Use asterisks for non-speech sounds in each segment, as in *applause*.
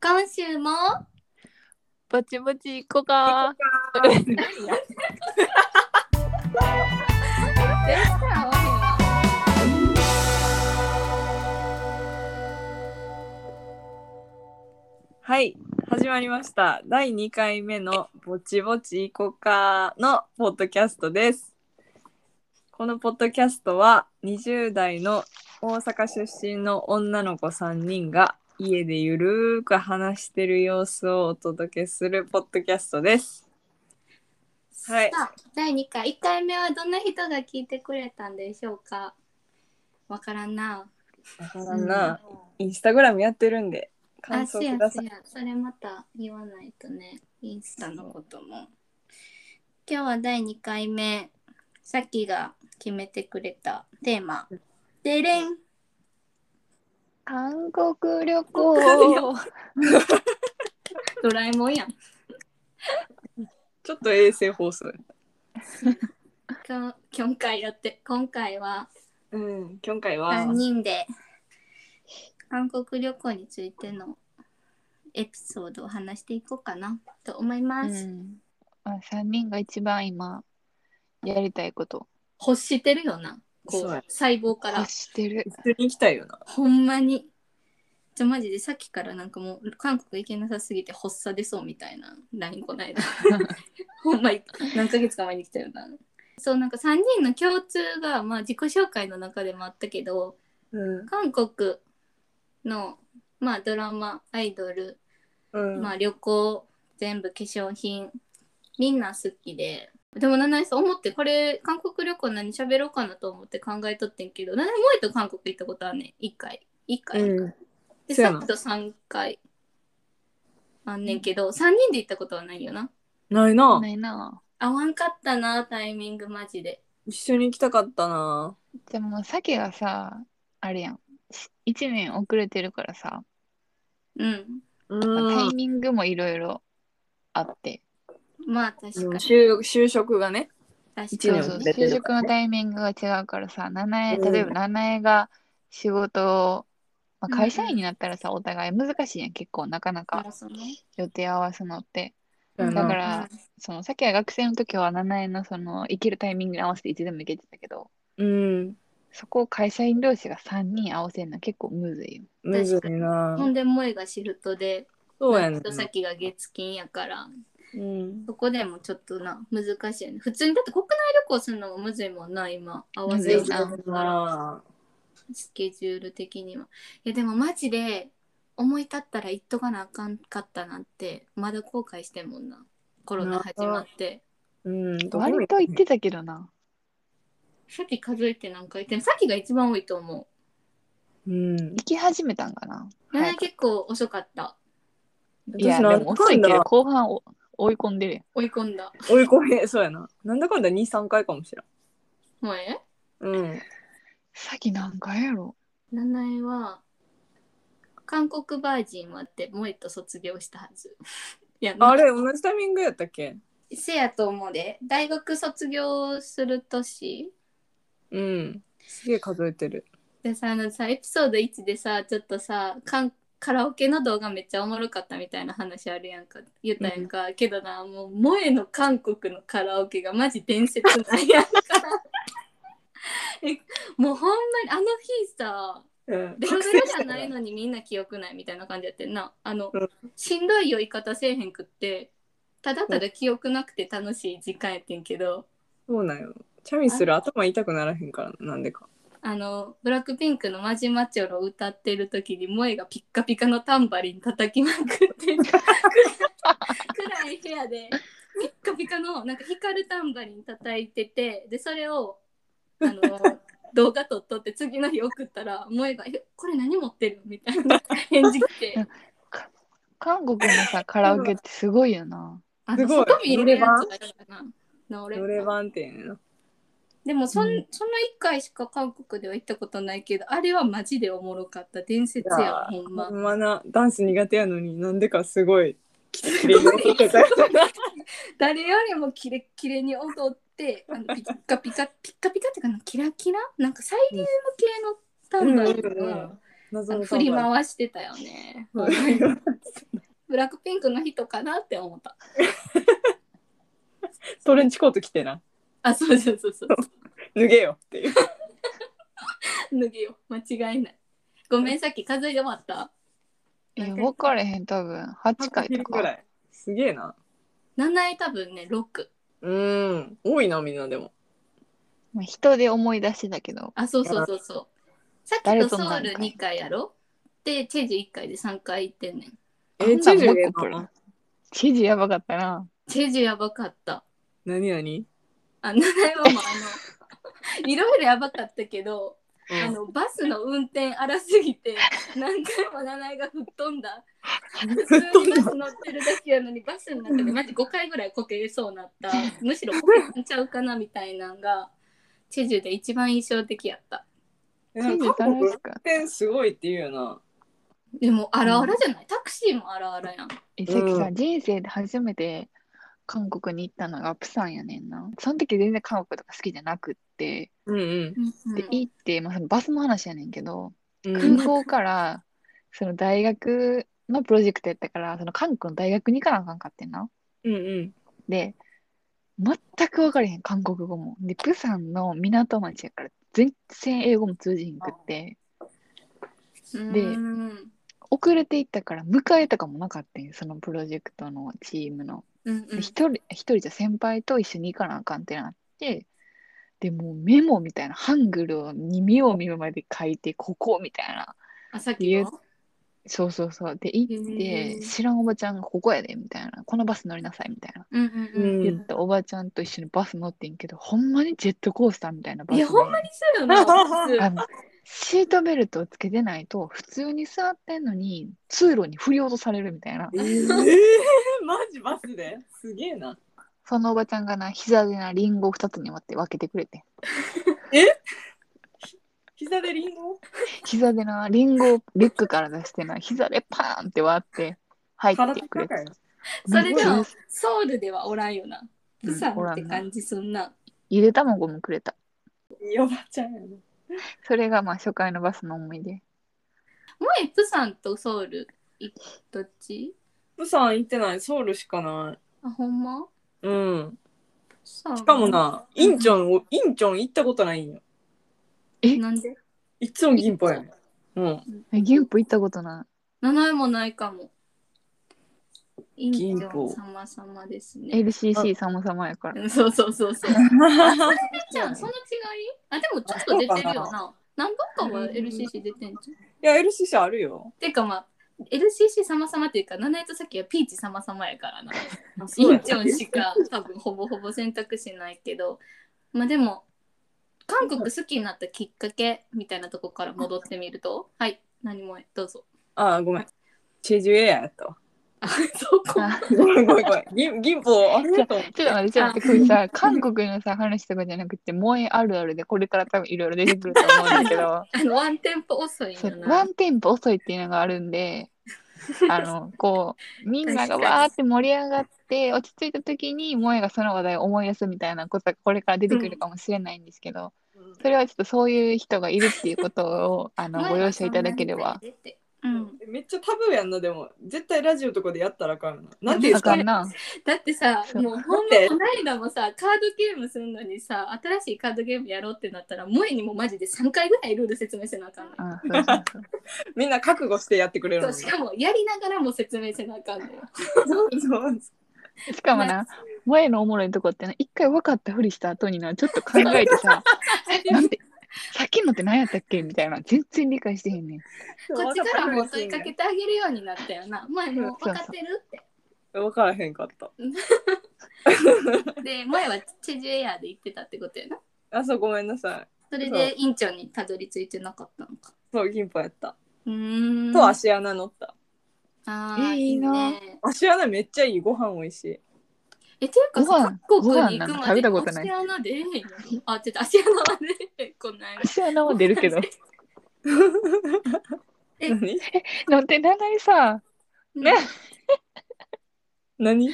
今週もぼちぼち行こうか。全然合わへんわはい、始まりました。第2回目のぼちぼち行こうかのポッドキャストです。このポッドキャストは20代の大阪出身の女の子3人が家でゆるーく話してる様子をお届けするポッドキャストです。はいさあ第2回1回目はどんな人が聞いてくれたんでしょうかわからんなわからんな、インスタグラムやってるんで感あ想せやくださせい。やそれまた言わないとねインスタのことも今日は第2回目さっきが決めてくれたテーマでれん韓国旅国行ドラえもんやんちょっと衛星放送。今今回やって今回はうん、今回は。 3人で韓国旅行についてのエピソードを話していこうかなと思います、うん、まあ3人が一番今やりたいこと欲してるよなこそううや細胞か欲らしてる普通に行きたいよな。ほんまにじゃマジでさっきからなんかもう韓国行けなさすぎて発作出そうみたいな LINE こ *laughs* ないだほんまに何ヶ月か前に来たよなそうなんか3人の共通が、まあ、自己紹介の中でもあったけど、うん。韓国の、まあ、ドラマアイドル、うんまあ、旅行全部化粧品みんな好きででも七井さん思ってこれ韓国旅行何喋ろうかなと思って考えとってんけど七井萌と韓国行ったことはね1回1回、うん。でそやさなっきと3回あんねんけど、3人で行ったことはないよなないなないな合わんかったなタイミングマジで一緒に行きたかったな。じゃあもうさけがさあれやん1年遅れてるからさ、うんうまあタイん。ミングもいろいろあってまあ確かに就就職がね。確一かに年そうそう遅れてる就職のタイミングが違うからさ七重うん例えば七重が仕事を、まあ、会社うんう員んになったらさお互い難しいやん結構なかなそかもそも予定合わすのってだだか、からそのさっきは学生の時は7円のその行けるタイミングに合わせていつでも行けてたけどうん。そこを会社員同士が3人合わせるの結構むずいよ。むずいうんなほ。んで萌がシフトでそうやねん人。先が月金やからうん。そこでもちょっとな難しいよね普通にだって国内旅行するのもむずいもんな今合わせようと思ったらなスケジュール的にはいやでもマジで思い立ったら行っとかなあかんかったなんてまだ後悔してんもんなコロナ始まってうん。どこも割と行ってたけどな。さっき数えてなんか言ってもさっきが一番多いと思うん。行き始めたんかな。う、早く結構遅かったい私や、でなんもだ遅かいんけどだ後半を追い込んでるやん。追い込んだ追い込め、そうやな。なんだかんだ2、3回かもし萌えらん。うん。さっき何回やろ名前は韓国バージンはって萌えと卒業したはずいやなあれ、同じタイミングやったっけせやと思うで大学卒業する年うん。すげえ数えてる。でさあのさエピソード1でさちょっとさかんカラオケの動画めっちゃおもろかったみたいな話あるやんか言ったやんか、けどなもう萌えの韓国のカラオケがマジ伝説なんやんか *laughs* えもうほんまにあの日さうんベロベロじゃないのにみんな記憶ないみたいな感じやってんなあの、うんしんどい酔い方せえへんくってただただ記憶なくて楽しい時間やってんけど、そうなんよ。チャミする頭痛くならへんから、なんでか。あのブラックピンクの「マジマチョロ」を歌ってる時に萌えがピッカピカのタンバリン叩きまくって暗い部屋でピッカピカのなんか光るタンバリン叩いててでそれをあの動画撮っとって次の日送ったら萌えが「えこれ何持ってる?」みたいな返事来て韓国の *laughs* さ、カラオケってすごいよな。あすのごい外見入れるやつだからな。のどれ版っていうのでもそ,、んうんその1回しか韓国では行ったことないけどあれはマジでおもろかった伝説やわほんまほ。んまなダンス苦手やのになんでかす *laughs* ごいきつい誰よりもキレッキレに踊ってあのピッカピカピッカピカっていうかなキラキラなんかサイリウム系のタンバリンが謎あのの振り回してたよね。そう *laughs* ブラックピンクの人かなって思った。トレンチコート着てなあ、そうそうそうそう。脱げよっていう脱げよ。間違いない。ごめん、さっき数え終わった。いや、分かれへん、多分。8回とぐらか。いすげえな七重多分ね、六。うん多いなみんなでもまあ人で思い出しだけど。あ、そうそうそうそう。さっ誰きととソもなウんかいル二回やろで、チェジュ一回で三回行ってんねん。えあんチなんェジュもうで一個来る知事やばかったな。チェジュやばかった。何何あ、七重はもうあの、いろいろやばかったけど、あの、バスの運転荒すぎて、何回も七重が吹っ飛んだ。普通にバス乗ってるだけやのにバスの中でマジ5回ぐらいこけそうなったむしろこけちゃうかなみたいなのがチェジュで一番印象的やったえ知なん事か韓楽国運しかった。転すごいって言うよなでもあらあらじゃない、タクシーもあらあらやんえ、さっきうさ、人生で初めて韓国に行ったのがプサンやねんな。その時全然韓国とか好きじゃなくって。うんうんで、行って、まあ、そのバスの話やねんけど、うん韓空国港から、その大学のプロジェクトやったから、その韓国の大学に行かなあかんかってんな。うんうんで、全く分かれへん、韓国語も。で、プサンの港町やから、全然英語も通じひんくって、うんでうん遅れて行ったから、迎えとかもなかったんよそのプロジェクトのチームの。うんで一人、一人じゃ先輩と一緒に行かなあかんってなって、で、もうメモみたいな、ハングルを見よう見ままで書いて、ここみたいな。あさっきのそうそうそう。で、行っへて、ー知らんおばちゃんがここやで、みたいな。このバス乗りなさい、みたいな。うんうんうんうん言ったおばちゃんと一緒にバス乗ってんけど、ほんまにジェットコースターみたいなバスいで。やほんまにそうよなバスあのシートベルトをつけてないと、普通に座ってんのに、通路に振り落とされるみたいな。えー、マジバスですげえなそのおばちゃんがな、膝でな、リンゴを2つに割って分けてくれて。膝でリンゴ膝でな、リンゴをリュックから出してな、膝でパーンって割って、入ってくれ体高それいの。てでうもんソウルではおらんよなプサンおらってんな感じすんなゆで卵もくれた。いいおばちゃんやなそれがまあ初回のバスの思い出。前プサンとソウルいどっちプサン行ってないソウルしかないあほんまうんプサンしかもなうんインチョンをインチョン行ったことないんよなんでいつも銀歩やね *laughs* んうんえ、銀歩行ったことない。七重もないかも。インチ銀ョン行様様ですね。 LCC 様様やから。うんそうそうそうそう。じゃあその違い？あでもちょっと出てるよな。何本かは LCC 出てんじゃん。いや LCC あるよてかまあ LCC 様様っていうか七重とさっきはピーチ様様やからな。あそイうやンチョンしか多分ほぼほぼ選択肢ないけど、まあでも韓国好きになったきっかけみたいなとこから戻ってみると、はい何もどうぞ。 *laughs* あごめんチェジュエアやったわあそこ。、あごめんごめんごめん銀銀歩あれだと思っちてょっと待って、ちょっと待って、これさ、韓国のさ、話とかじゃなくて、萌えあるあるで、これから多分いろいろ出てくると思うんだけど *laughs* あのワンテンポ遅いんそだうな。ワンテンポ遅いっていうのがあるんで、あの、こう、みんな確かがにわーって盛り上がって、落ち着いた時に、萌えがその話題を思い出すみたいなことがこれから出てくるかもしれないんですけど、それはちょっとそういう人がいるっていうことを、あの、ご容赦いただけれ *laughs* ば。うん、めっちゃタブーやんなでも絶対ラジオとかでやったらあかんよななんていうんであすかかんな。だってさそうもうほんまこの間もさカードゲームするのにさ新しいカードゲームやろうってなったら萌えにもマジで3回ぐらいルール説明せなあかんのよあそうそうそうみんな覚悟してやってくれるそのうにしかもやりながらも説明せなあかんのよそう *laughs* そうしかもな、萌えのおもろいとこってな、一回分かったふりした後にな、ちょっと考えてさ、なんて、さっきのって何やったっけみたいな、全然理解してへんねん。こっちからも問いかけてあげるようになったよな萌えもう分かってるって分からへんかったで萌えはチェジュエアで行ってたってことやなあそうごめんなさいそれで院長にたどり着いてなかったのかそう銀歩やったうーんと足穴乗ったあーえいいいいなね足穴めっちゃいいご飯美味しいえ、ていうかごさ飯、韓国に行くまでご飯なんか食べたことない足穴でええんやろあ、ちょっと足穴はねえへん、こんない。私は穴は出るけど。え何だって、ななにさ、ね *laughs* ね *laughs* 何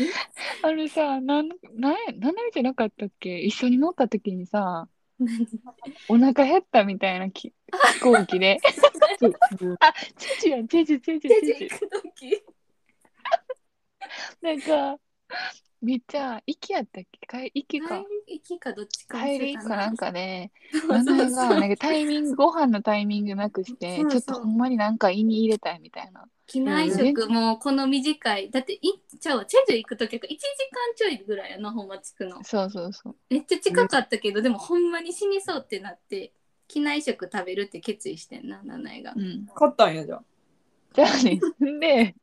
あれさ、なん、なんや、ななみじゃなかったっけ一緒に乗った時にさ、何お腹減ったみたいなき飛行機で。あ、チェジュやん、チェジュ、チェジュ、チェジュ。行く時なんか、めっちゃ、息やったっけかい息か。行きかどっちか帰りかなんかね、そう名そう前そが、うなんかタイミング、ご飯のタイミングなくして、そうちそょうっとほんまになんか胃に入れたいみたいな。機内食もこの短いだっていっちゃうわチェジュ行く時が1時間ちょいぐらいやなほんま着くのそうそうそう。めっちゃ近かったけど、でもほんまに死にそうってなって機内食食べるって決意してんなナナエがうん。勝ったんやじゃあ。じゃあね、で、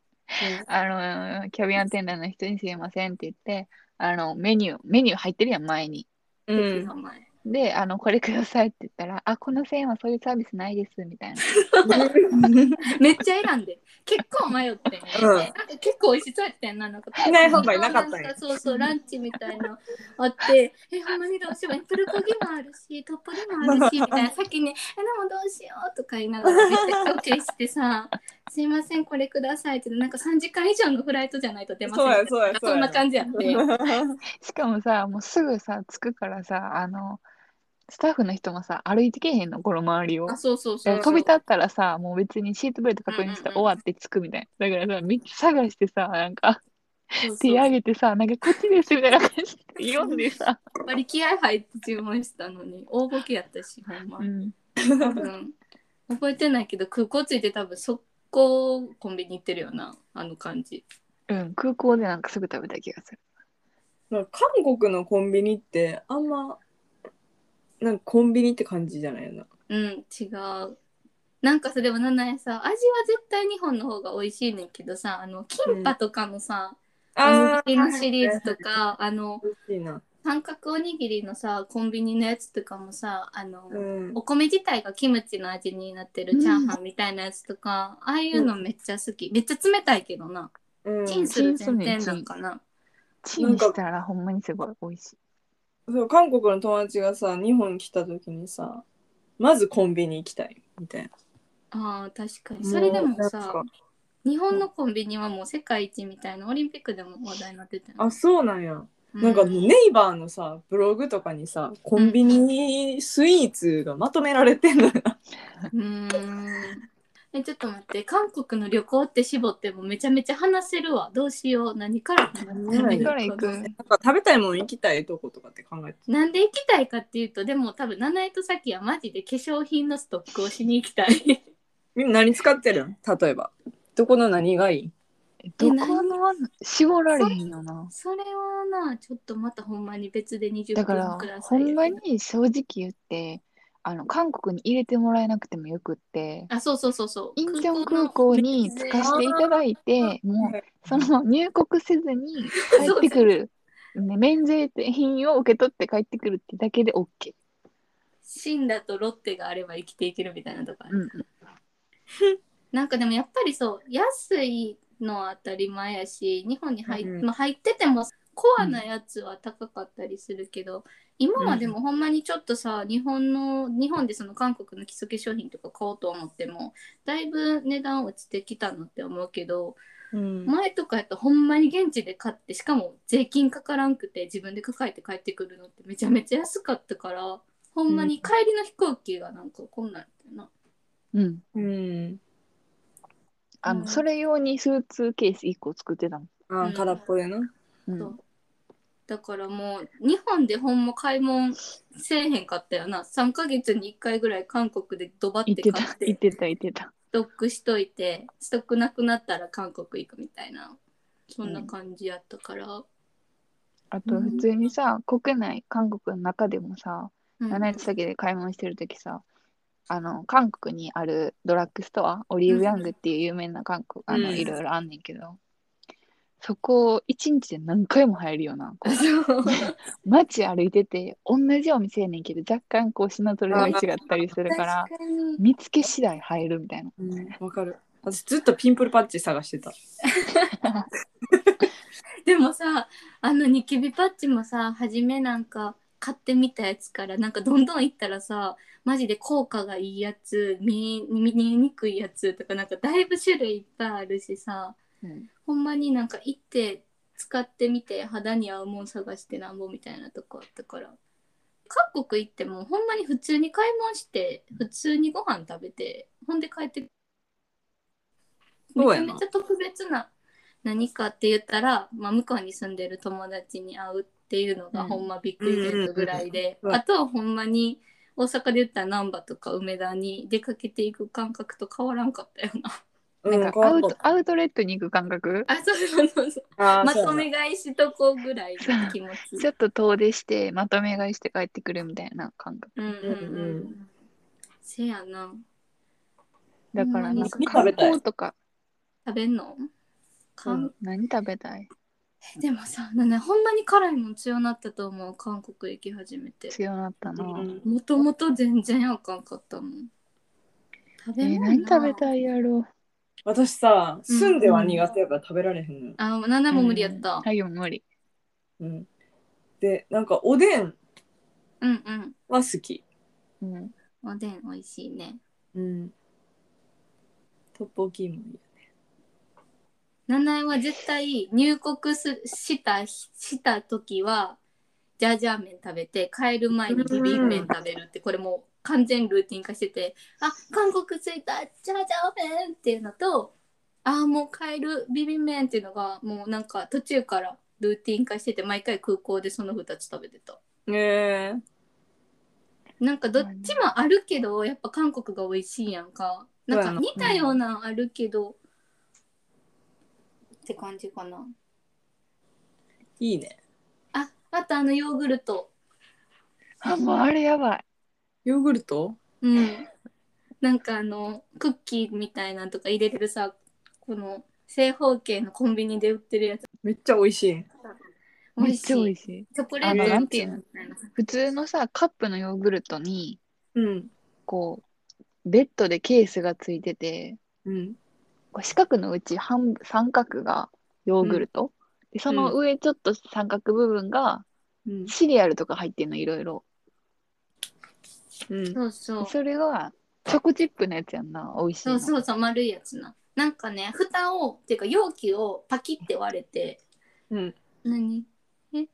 あの、キャビンアテンダーの人にすいませんって言って、あの、メニュー、メニュー入ってるやん、前に。う席んの。前で、あの、これくださいって言ったら、あ、この線はそういうサービスないです、みたいな。めっちゃ選んで結構迷ってん、うんなんか結構美味しそうやったんななんか機内販売なかったんやんかそうそうランチみたいなのあってえほんまにどうしようプルコギもあるしトッポギもあるしみたいな先に「えでもどうしよう」とか言いながらめっちゃオッケーしてさ「すいませんこれください」ってなんか3時間以上のフライトじゃないと出ませんそうやそうやなんかそうやそんな感じやって。しかもさ、もうすぐさ、着くからさ、あの、スタッフの人もさ、歩いてけえへんの、この周りを。あそうそうそだうから飛び立ったらさ、もう別にシートベルト確認したらうんうんう終んわって着くみたいな。だからさ、みっち探してさ、なんか、そうそう手上げてさ、なんかこっちですみたいな感じで、読んでさ。やっぱり気合入って注文したのに大ボケやったしほんま *laughs* うん。多分覚えてないけど空港着いて多分速攻コンビニ行ってるよなあの感じうん、空港でなんかすぐ食べた気がする。韓国のコンビニってあんまなんかコンビニって感じじゃないよな。うん違うなんかさでもななえさ味は絶対日本の方が美味しいねんけどさあのキンパとかのさ、おにぎりのシリーズとかあの美味しいな。三角おにぎりのさコンビニのやつとかもさあの、うん。お米自体がキムチの味になってるチャーハンみたいなやつとか、ああいうのめっちゃ好きめっちゃ冷たいけどな、うんチンする前提なんかなチンしたらほんまにすごい美味しい。そう韓国の友達がさ日本来た時にさまずコンビニ行きたいみたいあー確かにな。それでもうなんさか日本のコンビニはもう世界一みたいなオリンピックでも話題になってたよねあそうなんや。うなんかもうネイバーのさブログとかにさコンビニスイーツがまとめられてんのよ。うーんえちょっと待って韓国の旅行って絞ってもめちゃめちゃ話せるわどうしよう何から話せばいい何から行くなんか食べたいもん行きたいとことかって考えてなんで行きたいかっていうとでも多分七重とさきはマジで化粧品のストックをしに行きた *laughs* いみんな何使ってるん例えば。どこの何がいいどこのは絞られへんよな。それはなちょっとまたほんまに別で20だ分かくらだ、さほいんまに正直言って、あの、韓国に入れてもらえなくてもよくって、あそうそうそうそうインチョン空港に着かしていただいて、も、はいうその入国せずに帰ってくる、ね、免税品を受け取って帰ってくるってだけで OK。シンラとロッテがあれば生きていけるみたいなとこある、うんうん。なんかでもやっぱりそう安いのは当たり前やし日本に入,、うんうんまあ、入っててもコアなやつは高かったりするけど、今はでもほんまにちょっとさ日本の日本でその韓国の基礎化粧品とか買おうと思ってもだいぶ値段落ちてきたなって思うけどうん前とかやったらほんまに現地で買ってしかも税金かからんくて自分で抱えて帰ってくるのってめちゃめちゃ安かったからほんまに帰りの飛行機がなんかこんなんやったよな。うん。うん。あうの、んそれ用にスーツケース1個作ってたもん。あうんー空っぽでな。うんそうだからもう日本でほんま買い物せえへんかったよな3ヶ月に1回ぐらい韓国でドバっ行ってて買たっ、て行ってた、行ってた。ストックしといてストックなくなったら韓国行くみたいなそんな感じやったから、あと、うん普通にさ、国内、韓国の中でもさ、うん7つ先で買い物してるときさ、あの、韓国にあるドラッグストア、オリーブヤングっていう有名な韓国、あうの、んいろいろあんねんけど、そこ、1日で何回も入るよな。こそうう *laughs* 街歩いてて、同じお店やねんけど、若干こう、品ぞれが違ったりするから、確かに見つけ次第入るみたいな。うんわかる。私ずっとピンプルパッチ探してた。 *laughs* でもさあのニキビパッチもさ初めなんか買ってみたやつからなんかどんどんいったらさマジで効果がいいやつ見え見えにくいやつとかなんかだいぶ種類いっぱいあるしさうんほんまになんか行って使ってみて肌に合うもん探してなんぼみたいなとこあったから韓国行ってもほんまに普通に買い物して普通にご飯食べてほんで帰ってめそうちゃやなめちゃ特別な何かって言ったら、まあ、向こうに住んでる友達に会うっていうのがうんほんまビッグイベントぐらいで、うんうんうんうんあとはほんまに大阪で言ったら難波とか梅田に出かけていく感覚と変わらんかったよ *laughs* な。うんなんこうかアウトアウトレットに行く感覚あそうそうそうそうあーまそうとやなめ買いしとこうぐらいの気持ち。ちょっと遠出してまとめ買いして帰ってくるみたいな感覚うんうんううん。うんせやな。だからなんかうん観光とか、食べんのかん、うん何食べたいでもさなんかほんまに辛いもん強なったと思う韓国行き始めて強なったな、うんもともと全然あかんかったもん食べえー物な何食べたいやろ私さ住んでは苦手やから食べられへんのよ、あ何でうも無理やったん、はいよ無理うん、でなんかおでんうんうんは好き、うんおでん美味しいねうん、トッポギもいい七重は絶対入国すしたした時はジャージャー麺食べて帰る前にビビン麺食べるってこれもう完全ルーティン化しててあ韓国着いたジャージャー麺っていうのとあもう帰るビビン麺っていうのがもうなんか途中からルーティン化してて毎回空港でその2つ食べてたえなんかどっちもあるけどやっぱ韓国が美味しいやんかなんか似たようなのあるけどって感じかないいねあ、あとあのヨーグルト。あもうあれやばいヨーグルトうん。なんかあの、クッキーみたいなんとか入れてるさ、この正方形のコンビニで売ってるやつ。めっちゃ美味しい美め味っしちゃ美味い。しいチョコレートあのなんていうのみたいな普通のさカップのヨーグルトにうんこうベッドでケースがついててうんこう四角のうち半分三角がヨーグルト、でその上ちょっと三角部分がうんシリアルとか入ってんのいろいろうんそうそう。それがチョコチップのやつやんな美味しいそのうそうそう、丸いやつな。なんかね、蓋を、っていうか容器をパキって割れて、うん何え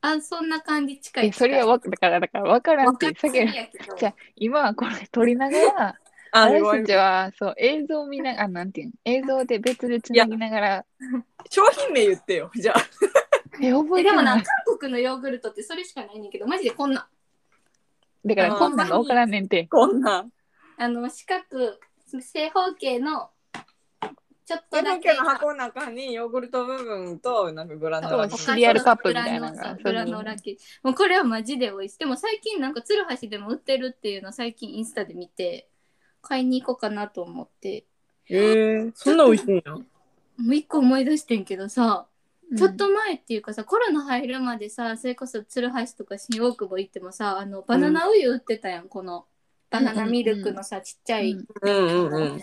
あ、そんな感じ近いえそれはわだからだから分からん分ってかさっきのやけどじゃあ今はこれ撮りながらあでも私たちはそう映像見ながらなんていうの映像で別でつなぎながら商品名言ってよじゃあえ覚ええでてもなな、い韓国のヨーグルトってそれしかないねんけど、マジでこんなん。だからこんなんが分からんねんてこんなんあの四角正方形のちょっと手だのけ毛の箱の中にヨーグルト部分となんかグラそノうラシリアルカップみたいなのがそうグラノラ系もうこれはマジで美味しいでも最近なんか鶴橋でも売ってるっていうの最近インスタで見て買いに行こうかなと思ってえー、そんな美味しいんやもう一個思い出してんけどさ、うんちょっと前っていうかさコロナ入るまでさそれこそ鶴橋とか新大久保行ってもさあのバナナウユ売ってたやん、このバナナミルクのさ、ちっちゃい、うんうんうんうん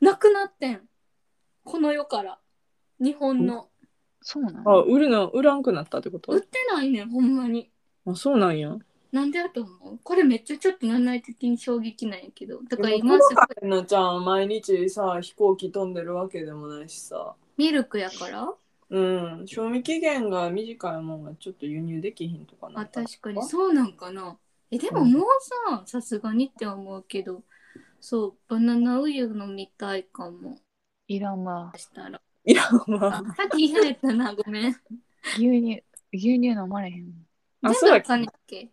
なくなってんこの世から日本の。そうなのあ売るの売らんくなったってこと売ってないねんほんまにあそうなんやなんでやと思うこれめっちゃちょっと年内的に衝撃なんやけどだからでも今すごいのちゃん毎日さ飛行機飛んでるわけでもないしさミルクやからうん賞味期限が短いもんがちょっと輸入できひんとかなあった確かにそうなんかなえでももうささすがにって思うけどそうバナナウユ飲みたいかもいらんわしたらいやまああさっき言われたなごめん牛乳牛乳飲まれへんあ全そ部あうだっけかんねんっけ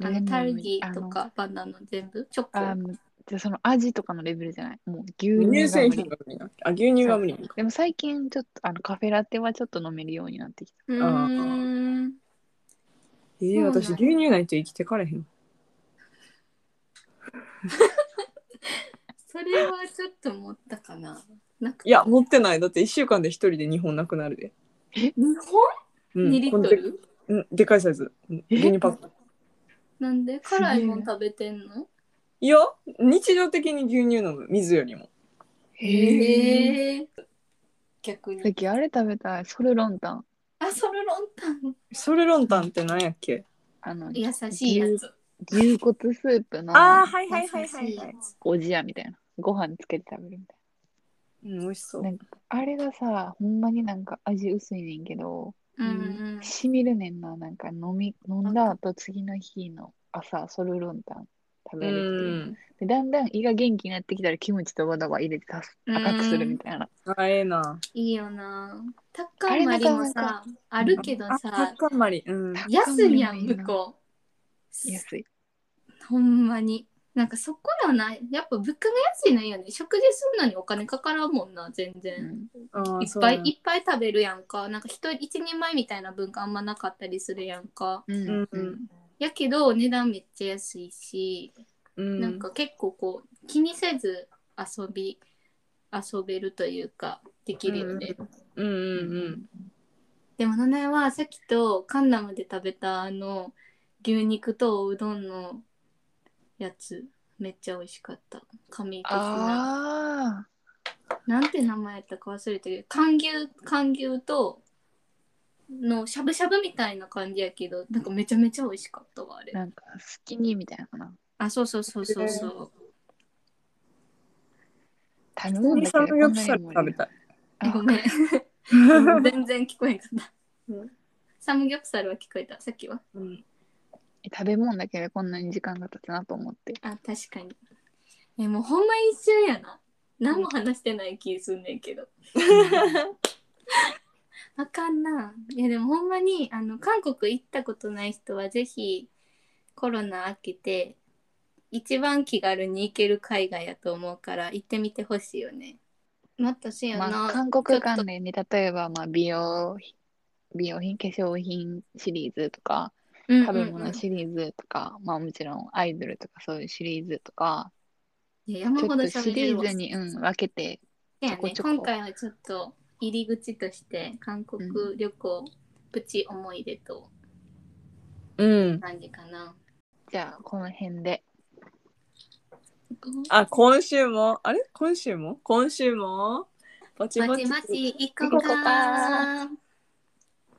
あ全の部タルギーとかバナナ全部チョコあのじゃあその味とかのレベルじゃないもう牛輸入乳が製無品理が無理なあ牛乳が無理なでも最近ちょっとあのカフェラテはちょっと飲めるようになってきたうーんえそうー、なん私牛乳ないと生きてかれへんそれはちょっと持ったかななくいや持ってないだって1週間で1人で2本なくなるで、日う本ん、 2リこッんトでルうん、でかいサイズうん牛乳パックなんで辛いもん食べてんのいや日常的に牛乳飲む水よりもえへえ逆さっにきあれ食べたいソルロンタンあソルロンタンそれロンタンってなんやっけあの優しいやつ牛骨スープのーはい優しやつおじやみたいなご飯つけて食べるみたいうん美味しそうななんかあれがさほんまになんか味薄いねんけどうんうんしみるねんな、なんか飲み、飲んだ後、次の日の朝、ソルルンタン食べるっていう。で、だんだん胃が元気になってきたら、キムチとバダバ入れて足すうん赤くするみたいな。あええな。いいよなタッカーマリもさあるけどあタさッカンマリ。うん。安いやんタッカーマリいいな向こう安い。ほんまになんかそこよなやっぱ物価が安いのいいよね食事するのにお金かからんもんな全う然、んあーいっぱいいっぱい食べるやんかなんか一人一人前みたいな文化あんまなかったりするやんかううんんううんんやけど値段めっちゃ安いし、そうやななんか結構こう気にせず遊び遊べるというかできるよね、うんうんうんでも七重はさっきとカンナムで食べたあの牛肉とおうどんのやつめっちゃ美味しかった神的なああ、なんて名前やったか忘れたけど寒牛寒牛とのしゃぶしゃぶみたいな感じやけどなんかめちゃめちゃ美味しかったわあれなんか、好きにみたいなのかな。あそうそうそうそうそう食べうん。物にだサけムでギこョプんサなにルも食べたい。あご *laughs* めん全然聞こえんかったうんサムギョプサルは聞こえたさっきは *laughs* うん食べ物だけでこんなに時間が経つなと思って。あ確かにえもうほんま一瞬やな何も話してない気すんねんけどあかんないやでもほんまにあの韓国行ったことない人はぜひコロナ明けて一番気軽に行ける海外やと思うから行ってみてほしいよねもっとしよな、まあ、韓国関連に例えば、まあ、美容品美容品化粧品シリーズとかうんうん食べうん物シリーズとか、まあもちろんアイドルとかそういうシリーズとか、いや山ちょほっどと喋シれリるわーズに、うん、分けてそうちやょこねちょこ今回はちょっと入り口として韓国旅行、プチ思い出とうん。感じかな。じゃあこの辺であ、今週も、あれ今週も今週もぼちぼまち。ちまち行こ行こううかか